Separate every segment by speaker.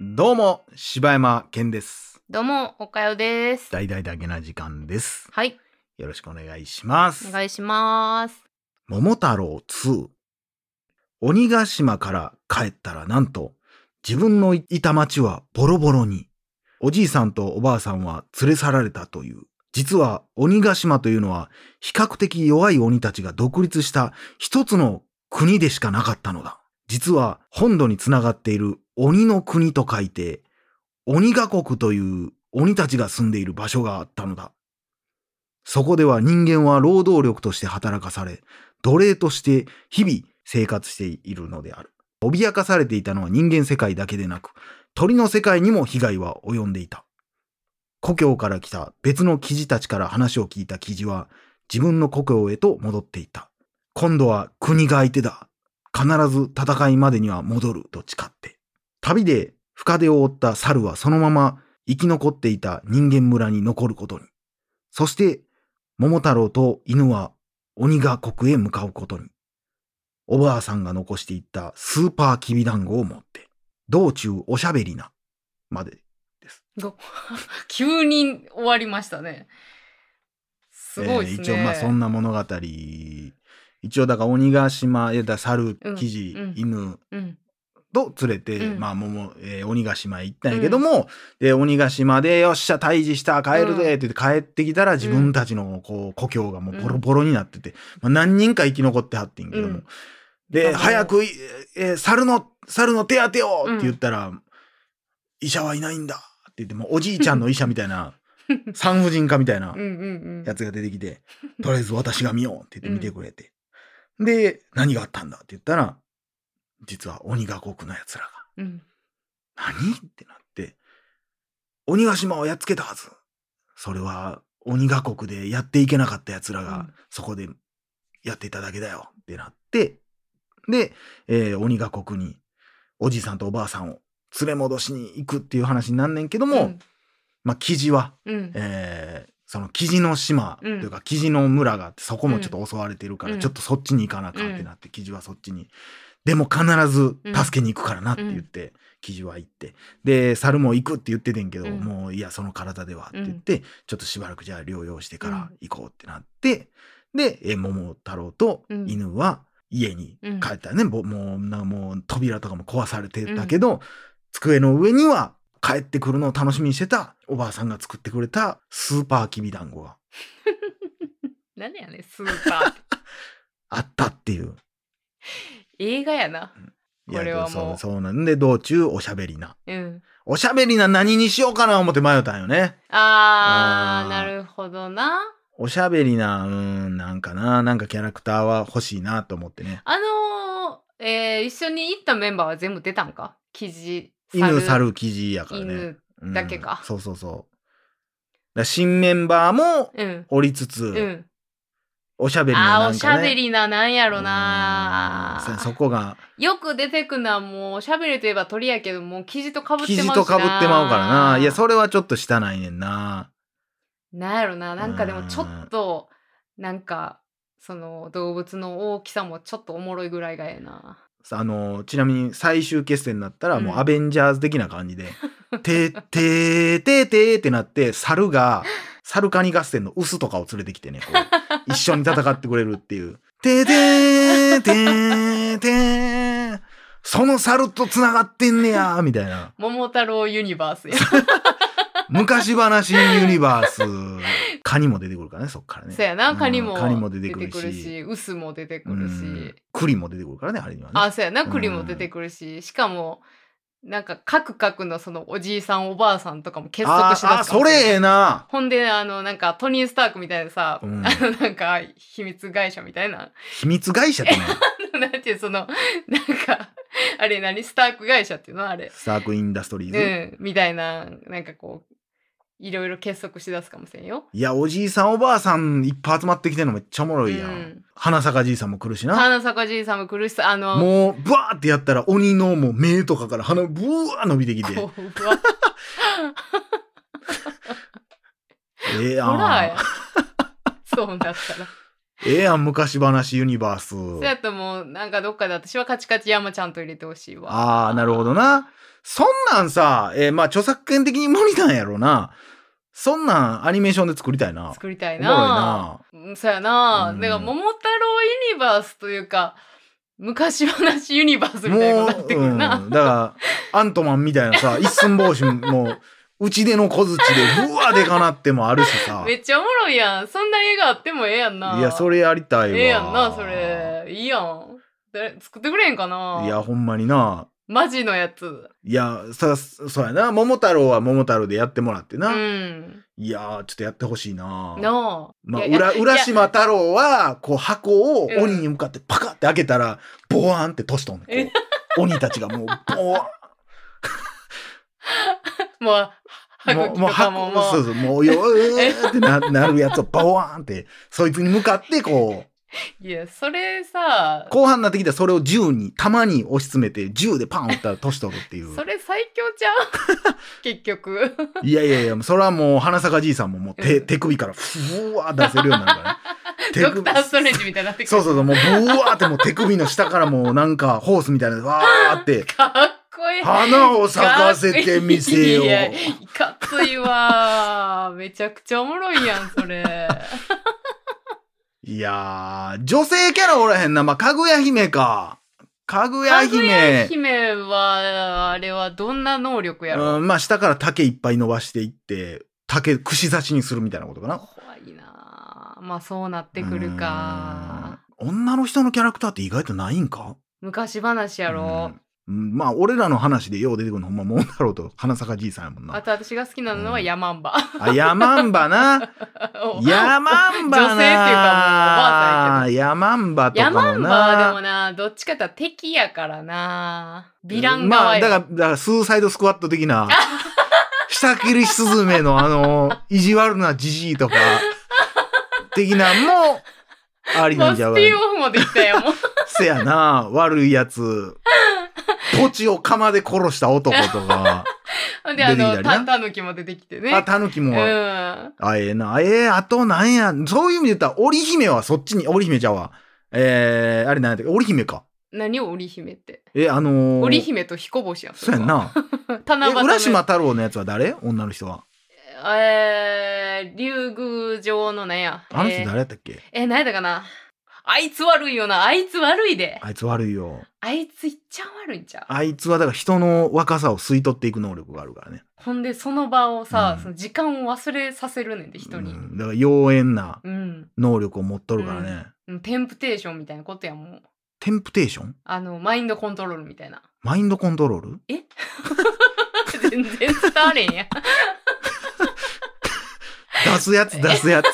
Speaker 1: どうも、柴山健です。
Speaker 2: どうも、おかよです。
Speaker 1: 大々だけな時間です。
Speaker 2: はい、
Speaker 1: よろしくお願いします。
Speaker 2: お願いします。
Speaker 1: 桃太郎2。鬼ヶ島から帰ったらなんと、自分のいた町はボロボロに、おじいさんとおばあさんは連れ去られたという。実は鬼ヶ島というのは比較的弱い鬼たちが独立した一つの国でしかなかったのだ。実は本土につながっている鬼の国と書いて、鬼ヶ国という鬼たちが住んでいる場所があったのだ。そこでは人間は労働力として働かされ、奴隷として日々生活しているのである。脅かされていたのは人間世界だけでなく、鳥の世界にも被害は及んでいた。故郷から来た別の記事たちから話を聞いた記事は、自分の故郷へと戻っていった。今度は国が相手だ。必ず戦いまでには戻ると誓って。旅で深手を負った猿はそのまま生き残っていた人間村に残ることに。そして、桃太郎と犬は鬼が国へ向かうことに。おばあさんが残していったスーパーきびだんごを持って、道中おしゃべりな、まで。
Speaker 2: ご 急に終わりましたね。すごいですね。
Speaker 1: えー一応まあそんな物語、一応だから鬼ヶ島、えだから猿、
Speaker 2: うん
Speaker 1: キジ、
Speaker 2: うん
Speaker 1: 犬
Speaker 2: うん、
Speaker 1: と連れて、
Speaker 2: うん
Speaker 1: まあ桃、えー鬼ヶ島へ行ったんやけども、で、鬼ヶ島で、よっしゃ、退治した、帰るぜって言って帰ってきたら、自分たちのこう故郷がもうボロボロになってて、まあ、何人か生き残ってはってんけども、
Speaker 2: うん
Speaker 1: で、
Speaker 2: あの
Speaker 1: 早くい、えー猿の、猿の手当てをって言ったら、医者はいないんだって言って、もうおじいちゃんの医者みたい な、産婦人科みたいな
Speaker 2: うん、うん、うん。
Speaker 1: やつが出てき て、とりあえず私が見ようって言って見てくれて。で、何があったんだって言ったら、実は鬼が国の奴らが、
Speaker 2: うん、
Speaker 1: 何ってなって、鬼ヶ島をやっつけたはず。それは鬼が国でやっていけなかった奴ら
Speaker 2: う
Speaker 1: が
Speaker 2: ん、
Speaker 1: そこでやっていただけだよってなって、で、えー鬼が国におじいさんとおばあさんを連れ戻しに行くっていう話になんねんけども、まあ、記事は
Speaker 2: うん、うん、
Speaker 1: えーそのキジの島と
Speaker 2: うん
Speaker 1: いうかキジの村があってそこもちょっと襲われてるから
Speaker 2: うん
Speaker 1: ちょっとそっちに行かなあかんってなってキジはそっちにでも必ず助けに行くからなって言ってキジは行ってで猿も行くって言っててんけど
Speaker 2: うん
Speaker 1: もういやその体ではって言ってちょっとしばらくじゃあ療養してから行こうってなってでえー桃太郎と犬は家に帰ったよねぼもうなもう扉とかも壊されてたけど机の上には帰ってくるのを楽しみにしてたおばあさんが作ってくれたスーパーきびだんごが
Speaker 2: 何やねんスーパ ー。
Speaker 1: あったっていう。
Speaker 2: 映画やな。
Speaker 1: いや
Speaker 2: これはもう
Speaker 1: そうそうなんで道中おしゃべりな。
Speaker 2: うん。
Speaker 1: おしゃべりな何にしようかな思って迷ったんよね。
Speaker 2: あ
Speaker 1: あ
Speaker 2: ー
Speaker 1: ー
Speaker 2: なるほどな。
Speaker 1: おしゃべりな、うーん、なんかな、なんかキャラクターは欲しいなと思ってね。
Speaker 2: あのー、えー、一緒に行ったメンバーは全部出たんか。キジ、
Speaker 1: 犬、猿、キジやからね。
Speaker 2: 犬、
Speaker 1: うん
Speaker 2: だけか
Speaker 1: そうそうそう。だから新メンバーも
Speaker 2: うん、
Speaker 1: おりつつ、
Speaker 2: うん。
Speaker 1: おしゃべりななんか、ね、
Speaker 2: あーおしゃべりななんやろな
Speaker 1: うんそそこが
Speaker 2: よく出てくのはもうおしゃべりといえば鳥やけどもう生地とかぶって
Speaker 1: 生
Speaker 2: まうし
Speaker 1: 地と
Speaker 2: な
Speaker 1: かぶってまうからないやそれはちょっとしたないねんな
Speaker 2: なんやろななんかでもちょっとなんかその動物の大きさもちょっとおもろいぐらいがええな
Speaker 1: あのちなみに最終決戦になったら
Speaker 2: うん
Speaker 1: もうアベンジャーズ的な感 じで「てててて」ってなって猿が猿カニ合戦のウスとかを連れてきてねこう 一緒に戦ってくれるっていう「ててててその猿とつながってんねや」みたいな
Speaker 2: 桃太郎ユニバースや、
Speaker 1: 昔話ユニバースカニも出てくるからねそっからね
Speaker 2: そうやなカニ
Speaker 1: う
Speaker 2: も
Speaker 1: んカニも出てくるし
Speaker 2: ウスも出てくるし、
Speaker 1: うん栗も出てくるからねあれにはね
Speaker 2: あそうやな栗も出てくるし、しかもなんか各々のそのおじいさんおばあさんとかも結束し
Speaker 1: あー
Speaker 2: だ
Speaker 1: あ
Speaker 2: すか
Speaker 1: そ
Speaker 2: もし
Speaker 1: れ
Speaker 2: れん
Speaker 1: ええな
Speaker 2: ほんで、あの、なんか、トニー・スタークみたいなさ、
Speaker 1: うん
Speaker 2: あの、なんか、秘密会社みたいな。
Speaker 1: 秘密会社って ね
Speaker 2: なんていう、その、 なんか、あれ何スターク会社っていうのあれ。
Speaker 1: スタークインダストリー
Speaker 2: う
Speaker 1: ズ、
Speaker 2: ん、みたいな、なんかこう、いろいろ結束しだすかもしれんよ。
Speaker 1: いやおじいさんおばあさんいっぱい集まってきてんのめっちゃおもろいやん、
Speaker 2: うん
Speaker 1: 花坂じいさんも来るしな
Speaker 2: 花坂じいさんも苦しさ、あの、
Speaker 1: もうブワーってやったら鬼のもう目とかから鼻ブワー伸びてきて
Speaker 2: こう、うわ
Speaker 1: ええや
Speaker 2: ホラー
Speaker 1: ん
Speaker 2: や。そうなったら。
Speaker 1: ええやん、昔話ユニバース。
Speaker 2: そうやともうなんかどっかで私はカチカチ山ちゃんと入れてほしいわ
Speaker 1: ああ、なるほどな。そんなんさ、えーまあ著作権的に無理なんやろな。そんなんアニメーションで作りたいな。
Speaker 2: 作りたい
Speaker 1: おもろい
Speaker 2: な
Speaker 1: な
Speaker 2: うんそうやな、
Speaker 1: うん
Speaker 2: だから桃太郎ユニバースというか昔話ユニバー スみたいになってくるな、
Speaker 1: うん、だから、アントマンみたいな さ、一寸法師も、うちでの小槌で、うわでかなってもあるし さ。
Speaker 2: めっちゃおもろいやんそんな映画あってもええやんない
Speaker 1: いや、それやりたいわ。
Speaker 2: ええやんなそ。れいいやん誰作ってくれへんかない
Speaker 1: や、ほんまにな。
Speaker 2: マジのやつ
Speaker 1: いや、さ、そうやな。桃太郎は桃太郎でやってもらって
Speaker 2: う
Speaker 1: な。
Speaker 2: ん
Speaker 1: いやー、ちょっとやってほしいな。
Speaker 2: なあ
Speaker 1: まあ、
Speaker 2: いやいや
Speaker 1: 浦浦島太郎は、こう、箱を
Speaker 2: うん
Speaker 1: 鬼に向かってパカって開けたら、ボワーンって年とんねんこう。鬼たちがもう、ボワ
Speaker 2: もう
Speaker 1: ーン。
Speaker 2: 歯
Speaker 1: もう、
Speaker 2: 茎
Speaker 1: も
Speaker 2: と
Speaker 1: う
Speaker 2: かも
Speaker 1: 箱、
Speaker 2: も
Speaker 1: そううそう、もう、よーってななるやつを、ボワーンって、そいつに向かって、こ う、
Speaker 2: いやそれさ
Speaker 1: 後半になってきたらそれを銃に、弾に押し詰めて、銃でパン打ったら年取るっていう。
Speaker 2: それ最強 ちゃう結局
Speaker 1: いやいやいや、それはもう、花坂じいさんも もう手、
Speaker 2: うん。
Speaker 1: 手首から、ふわー出せるようになるからね
Speaker 2: ドクターストレンジみたいになってくる
Speaker 1: そうそうそう、もう、ぶわーってもう手首の下からもうなんか、ホースみたいな、わー って、
Speaker 2: かっこいい
Speaker 1: 花を咲かせてみせよ。
Speaker 2: いやいうかついわめちゃくちゃおもろいやんそれ
Speaker 1: いやー、女性キャラおらへんな。まあ、かぐや姫か。かぐや
Speaker 2: かぐや
Speaker 1: 姫。
Speaker 2: 姫はあれはどんな能力やろ
Speaker 1: うん、まあ、下から竹いっぱい伸ばしていって、竹串刺しにするみたいなことかな。
Speaker 2: 怖いなまあそうなってくるか
Speaker 1: うーん。女の人のキャラクターって意外とないんか
Speaker 2: 昔話やろ
Speaker 1: うん、まあ、俺らの話でよう出てくるのほんま、桃太郎と花坂じいさんやもん
Speaker 2: あ
Speaker 1: な。
Speaker 2: と私が好きなのはヤマンバ
Speaker 1: あ、ヤマンバな。 ヤマンバな
Speaker 2: 女性っていうかもうおばあさんや
Speaker 1: ヤマンバとか
Speaker 2: ヤ
Speaker 1: もな。
Speaker 2: マンバでもなどっちかって言ったら敵やからなヴィラン
Speaker 1: ま
Speaker 2: 側
Speaker 1: あ、
Speaker 2: や
Speaker 1: だから、だからスーサイドスクワット的 な、下切りすずめのあの、意地悪なじじいとか、的なんも、ありなんじゃ
Speaker 2: も
Speaker 1: う
Speaker 2: うスピンオフもできた やんもう
Speaker 1: せやな、悪いやつ。ポチを釜で殺した男と か、
Speaker 2: ほんであ
Speaker 1: 出て
Speaker 2: の
Speaker 1: きたり
Speaker 2: タ
Speaker 1: な
Speaker 2: タヌキも出てきてね
Speaker 1: あ、タヌキ
Speaker 2: う
Speaker 1: も、
Speaker 2: ん
Speaker 1: あ、ええな。ええあとなんや。そういう意味で言ったら、織姫はそっちに、織姫ちゃうわ。えー、あれなんやったっけ織姫か。
Speaker 2: 何を織姫って
Speaker 1: え、あのー、
Speaker 2: 織姫と彦星やん
Speaker 1: そう
Speaker 2: れ
Speaker 1: やん
Speaker 2: は
Speaker 1: な。
Speaker 2: 七夕
Speaker 1: え、
Speaker 2: の
Speaker 1: 浦島太郎のやつは誰女の人は。
Speaker 2: えー、竜宮城のなんや
Speaker 1: あの
Speaker 2: え
Speaker 1: 人
Speaker 2: ー
Speaker 1: 誰やったっけ、
Speaker 2: えー、何やったかなあいつ悪いよなあいつ悪いで
Speaker 1: あいつ悪いよ。
Speaker 2: あいついっちゃん悪いんちゃう
Speaker 1: あいつはだから人の若さを吸い取っていく能力があるからね。
Speaker 2: ほんでその場をさ、
Speaker 1: うん
Speaker 2: その時間を忘れさせるねんで人に
Speaker 1: うんだから妖艶な
Speaker 2: うん、
Speaker 1: 能力を持っとるからね。
Speaker 2: うん、テンプテーションみたいなことやもん
Speaker 1: テンプテーション
Speaker 2: あのマインドコントロールみたいな
Speaker 1: マインドコントロール
Speaker 2: 全然伝われ んやん
Speaker 1: 出すやつ出すやつ。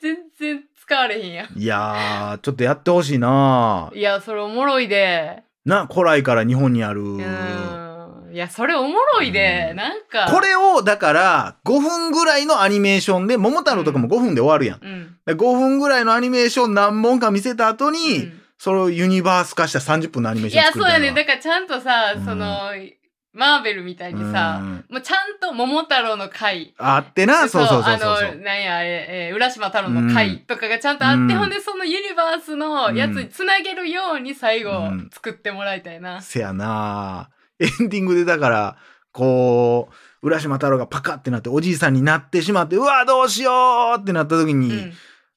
Speaker 2: 全然使われへんやん
Speaker 1: いやー、ちょっとやってほしいない
Speaker 2: やそれおもろいで
Speaker 1: な、古来から日本にある。
Speaker 2: うんいやそれおもろいで
Speaker 1: うん
Speaker 2: なんか
Speaker 1: これを、だから、5分ぐらいのアニメーションで、桃太郎とかも5分で終わるやん。
Speaker 2: うん
Speaker 1: で5分ぐらいのアニメーション何本か見せた後
Speaker 2: う
Speaker 1: に、
Speaker 2: ん
Speaker 1: それをユニバース化した30分のアニメー
Speaker 2: い
Speaker 1: ション
Speaker 2: や
Speaker 1: 作
Speaker 2: そ
Speaker 1: り
Speaker 2: う
Speaker 1: た
Speaker 2: や
Speaker 1: いな。
Speaker 2: ねだからちゃんとさ、
Speaker 1: うん
Speaker 2: そのマーベルみたいにさ、
Speaker 1: うん
Speaker 2: もうちゃんと桃太郎の会
Speaker 1: あってな、そうそうそうそうそ
Speaker 2: あの
Speaker 1: う。
Speaker 2: なんや、えー、えー浦島太郎の会とかがちゃんとあって、
Speaker 1: うん
Speaker 2: ほんでそのユニバースのやつにつなげるように最後
Speaker 1: うん
Speaker 2: 作ってもらいたいな、
Speaker 1: せやなエンディングでだから、こう、浦島太郎がパカってなって、おじいさんになってしまって、うわ、どうしようってなった時に、
Speaker 2: うん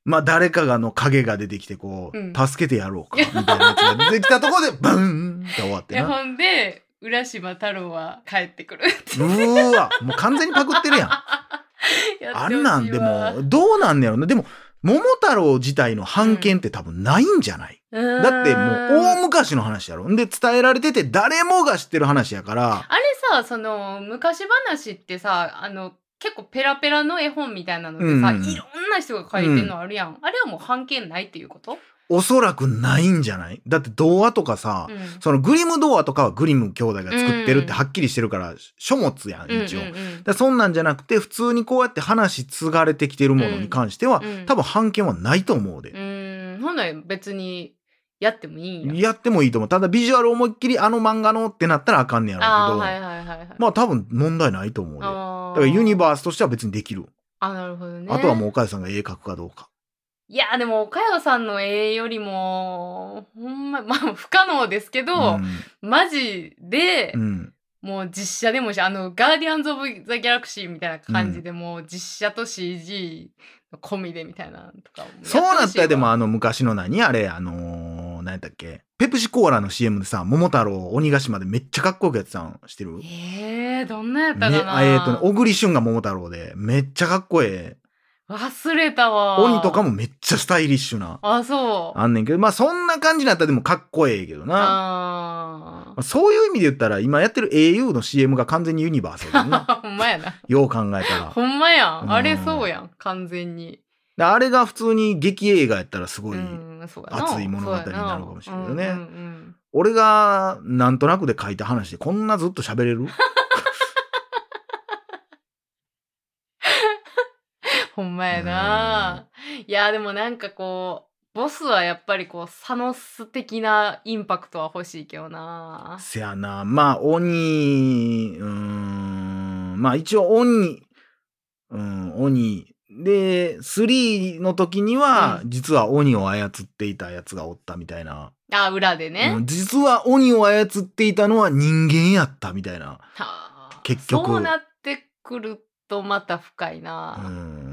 Speaker 1: まあ誰かがの影が出てきて、こう、
Speaker 2: うん
Speaker 1: 助けてやろうか、みたいなやつが出てきたところで、バーンって終わって
Speaker 2: で
Speaker 1: な。
Speaker 2: ほんで浦島太郎は帰ってくる
Speaker 1: うーわ、もう完全にパクってる やん。
Speaker 2: やってほしいわ
Speaker 1: あんなんでも、どうなんねやろな。でも、桃太郎自体の判権って多分ないんじゃない、だってもう大
Speaker 2: 大
Speaker 1: 昔の話やろ。んで伝えられてて誰もが知ってる話やから、
Speaker 2: あれさその昔話ってさあの結構ペラペラの絵本みたいなのでさ、
Speaker 1: うん
Speaker 2: いろんな人が書いてるのあるやん、あれはもう半径ないっていうこと、
Speaker 1: おそらくないんじゃないだって童話とかさ、そのグリム童話とかはグリム兄弟が作ってるってはっきりしてるから書物やん、
Speaker 2: うん
Speaker 1: 一応。
Speaker 2: うん
Speaker 1: だ
Speaker 2: う
Speaker 1: か
Speaker 2: んうん
Speaker 1: らそんなんじゃなくて普通にこうやって話継がれてきてるものに関しては、
Speaker 2: うんうん
Speaker 1: 多分判権はないと思う
Speaker 2: う
Speaker 1: で。
Speaker 2: ーん、ほんなら別にやってもいいんや。
Speaker 1: やってもいいと思う。ただビジュアル思いっきりあの漫画のってなったらあかんねやろう
Speaker 2: ああ、
Speaker 1: けど、
Speaker 2: はいはいはいはい。
Speaker 1: まあ多分問題ないと思うで。だ
Speaker 2: あー
Speaker 1: からユニバースとしては別にできる。
Speaker 2: あ、なるほどね。
Speaker 1: あとはもうお母さんが絵描くかどうか。
Speaker 2: いやでも岡山さんの絵よりもほんままあ不可能ですけど、マジで、
Speaker 1: うん
Speaker 2: もう実写でもいいしあの「ガーディアンズ・オブ・ザ・ギャラクシー」みたいな感じで、もう実写と CG の込みでみたいなのとかもやってほしい
Speaker 1: そう
Speaker 2: わ
Speaker 1: なったらでもあの昔の何あれあのー、何やったっけペプシコーラの CM でさ桃太郎を鬼ヶ島でめっちゃかっこよくやってたん知ってるね
Speaker 2: えー、どんなやったかな、
Speaker 1: あえっ、とね小栗旬が桃太郎でめっちゃかっこええ
Speaker 2: 忘れたわ
Speaker 1: 鬼とかもめっちゃスタイリッシュな
Speaker 2: あそう
Speaker 1: あんねんけどまあそんな感じになったらでもかっこええけどな
Speaker 2: あ
Speaker 1: まあそういう意味で言ったら今やってる au の CM が完全にユニバースだよ な
Speaker 2: あほんまやな
Speaker 1: よう考えたら
Speaker 2: ほんまや
Speaker 1: うん
Speaker 2: んあれそうやん完全に
Speaker 1: であれが普通に劇映画やったらすごい、
Speaker 2: うんそうやな
Speaker 1: 熱い物語になるかもしれないよね
Speaker 2: そうやうんうんうん
Speaker 1: 俺がなんとなくで書いた話でこんなずっと喋れる
Speaker 2: ほんまやな。いやでもなんかこうボスはやっぱりこうサノス的なインパクトは欲しいけどな。
Speaker 1: せやなまあ鬼うーんまあ一応鬼うん鬼で3の時には
Speaker 2: う
Speaker 1: 実は鬼を操っていたやつがおったみたいな、
Speaker 2: あ裏でね。
Speaker 1: うん実は鬼を操っていたのは人間やったみたいな
Speaker 2: はあ
Speaker 1: 結局
Speaker 2: そうなってくるとまた深いうな。
Speaker 1: ん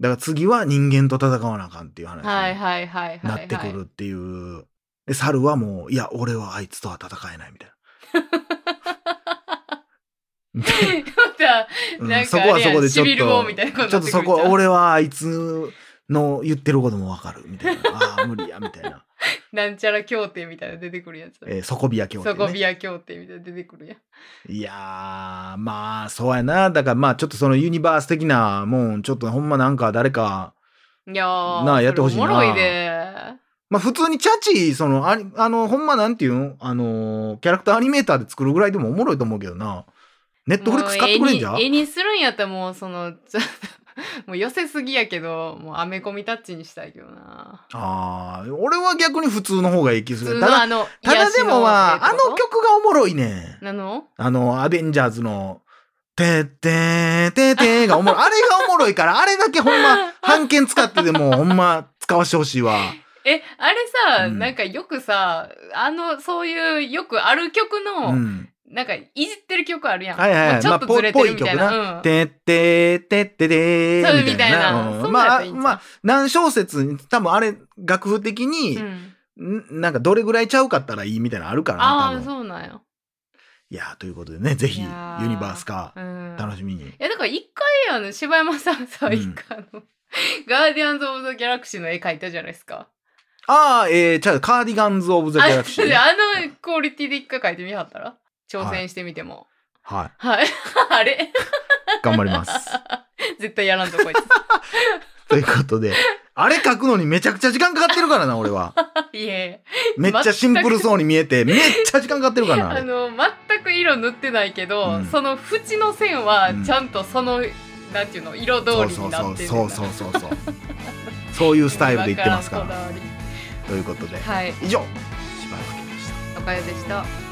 Speaker 1: だから次は人間と戦わなあかんっていう話
Speaker 2: はい
Speaker 1: に
Speaker 2: はいはいはい、
Speaker 1: な
Speaker 2: はい。
Speaker 1: ってくるっていう、で猿はもういや俺はあいつとは戦えないみたいな
Speaker 2: また
Speaker 1: うん
Speaker 2: なん
Speaker 1: そ
Speaker 2: か
Speaker 1: こ
Speaker 2: あ
Speaker 1: は
Speaker 2: れ
Speaker 1: そ
Speaker 2: やん
Speaker 1: こでちょっ
Speaker 2: シビルウォーみたいなこととに
Speaker 1: ちょ
Speaker 2: な
Speaker 1: っと
Speaker 2: ってく
Speaker 1: そ
Speaker 2: る
Speaker 1: こ
Speaker 2: じゃん
Speaker 1: 俺はあいつの言ってることもわかるみ たいなああ無理やみたいな、
Speaker 2: なんちゃら協定みたいなの出てくるやつ。
Speaker 1: えー、底火や協定、
Speaker 2: ソ
Speaker 1: ね、
Speaker 2: コビア協定みたいなの出てくるやん。
Speaker 1: いやーまあそうやなだからまあちょっとそのユニバース的なもんちょっとほんまなんか誰か
Speaker 2: いやー
Speaker 1: なあやってほしいな
Speaker 2: それおもろいで。
Speaker 1: まあ普通にチャチそのありあのほんまなんていうのあのーキャラクターアニメーターで作るぐらいでもおもろいと思うけどなネットフリックス買ってくれんじゃ
Speaker 2: も
Speaker 1: ん
Speaker 2: う絵に絵にするんやったらもうそのちょっと もう寄せすぎやけどもうアメコミタッチにしたいけどな
Speaker 1: ああ俺は逆に普通の方がいい気す
Speaker 2: 普
Speaker 1: る
Speaker 2: 通
Speaker 1: た
Speaker 2: のあ
Speaker 1: だ
Speaker 2: の
Speaker 1: ただでもはあ
Speaker 2: 癒し
Speaker 1: の
Speaker 2: 絵ってこ
Speaker 1: 曲がおもろいねん
Speaker 2: となの
Speaker 1: あの、アベンジャーズの、てってーてーてーがおもろい。あれがおもろいから、あれだけほんま、半券使ってでも、ほんま、使わしてほしいわ。
Speaker 2: えあれさ、
Speaker 1: うん
Speaker 2: なんかよくさあのそういうよくある曲の、
Speaker 1: うん。
Speaker 2: なんかいじってる曲あるやん、
Speaker 1: はいはい
Speaker 2: も
Speaker 1: は
Speaker 2: う
Speaker 1: い。
Speaker 2: ちょっとずれてるみたいな,、うん
Speaker 1: てってーてってで
Speaker 2: そう
Speaker 1: ーみたいな。
Speaker 2: みたいな
Speaker 1: うん
Speaker 2: そんなん
Speaker 1: ま
Speaker 2: やっ
Speaker 1: あ
Speaker 2: たらいいんちゃう
Speaker 1: まあ、何小節に、多分あれ、楽譜的に、
Speaker 2: うん
Speaker 1: んなんかどれぐらいちゃうかったらいいみたいなのあるから
Speaker 2: あ
Speaker 1: な、
Speaker 2: あ
Speaker 1: 多分。
Speaker 2: そうなんよ、
Speaker 1: いやー、ということでね、ぜひ、
Speaker 2: い
Speaker 1: ユニ
Speaker 2: やー
Speaker 1: バースか
Speaker 2: う、ん、
Speaker 1: 楽しみに。
Speaker 2: いやだから一回あの柴山さんさ、
Speaker 1: うん
Speaker 2: 一回あの ガーディアンズ・オブ・ザ・ギャラクシーの絵描いたじゃないですか
Speaker 1: ああ、えー、ちゃう、カーディガンズ・オブ・ザ・ギャラクシー。
Speaker 2: ああのクオリティで一回書いてみはったら挑戦してみても。
Speaker 1: はい。
Speaker 2: はい。 あれ
Speaker 1: 頑張ります。
Speaker 2: 絶対やらんと こいつ。
Speaker 1: ということで、あれ書くのにめちゃくちゃ時間かかってるからな、俺 は。
Speaker 2: いえ。
Speaker 1: めっちゃシンプルそうに見えて、めっちゃ時間かかってるからな、あ
Speaker 2: あ
Speaker 1: れ。
Speaker 2: の、全く色塗ってないけど、
Speaker 1: うん
Speaker 2: その縁の線は
Speaker 1: うん
Speaker 2: ちゃんとその、なんていうの、色通
Speaker 1: そう
Speaker 2: り
Speaker 1: そ
Speaker 2: に
Speaker 1: う
Speaker 2: な
Speaker 1: そ
Speaker 2: っ
Speaker 1: う
Speaker 2: てる。
Speaker 1: そうそうそうそう。そういうスタイルで言ってますか
Speaker 2: わ
Speaker 1: ら。
Speaker 2: んこだわり
Speaker 1: ということで、
Speaker 2: はい。
Speaker 1: 以上、柴山健でした。
Speaker 2: おかゆでした。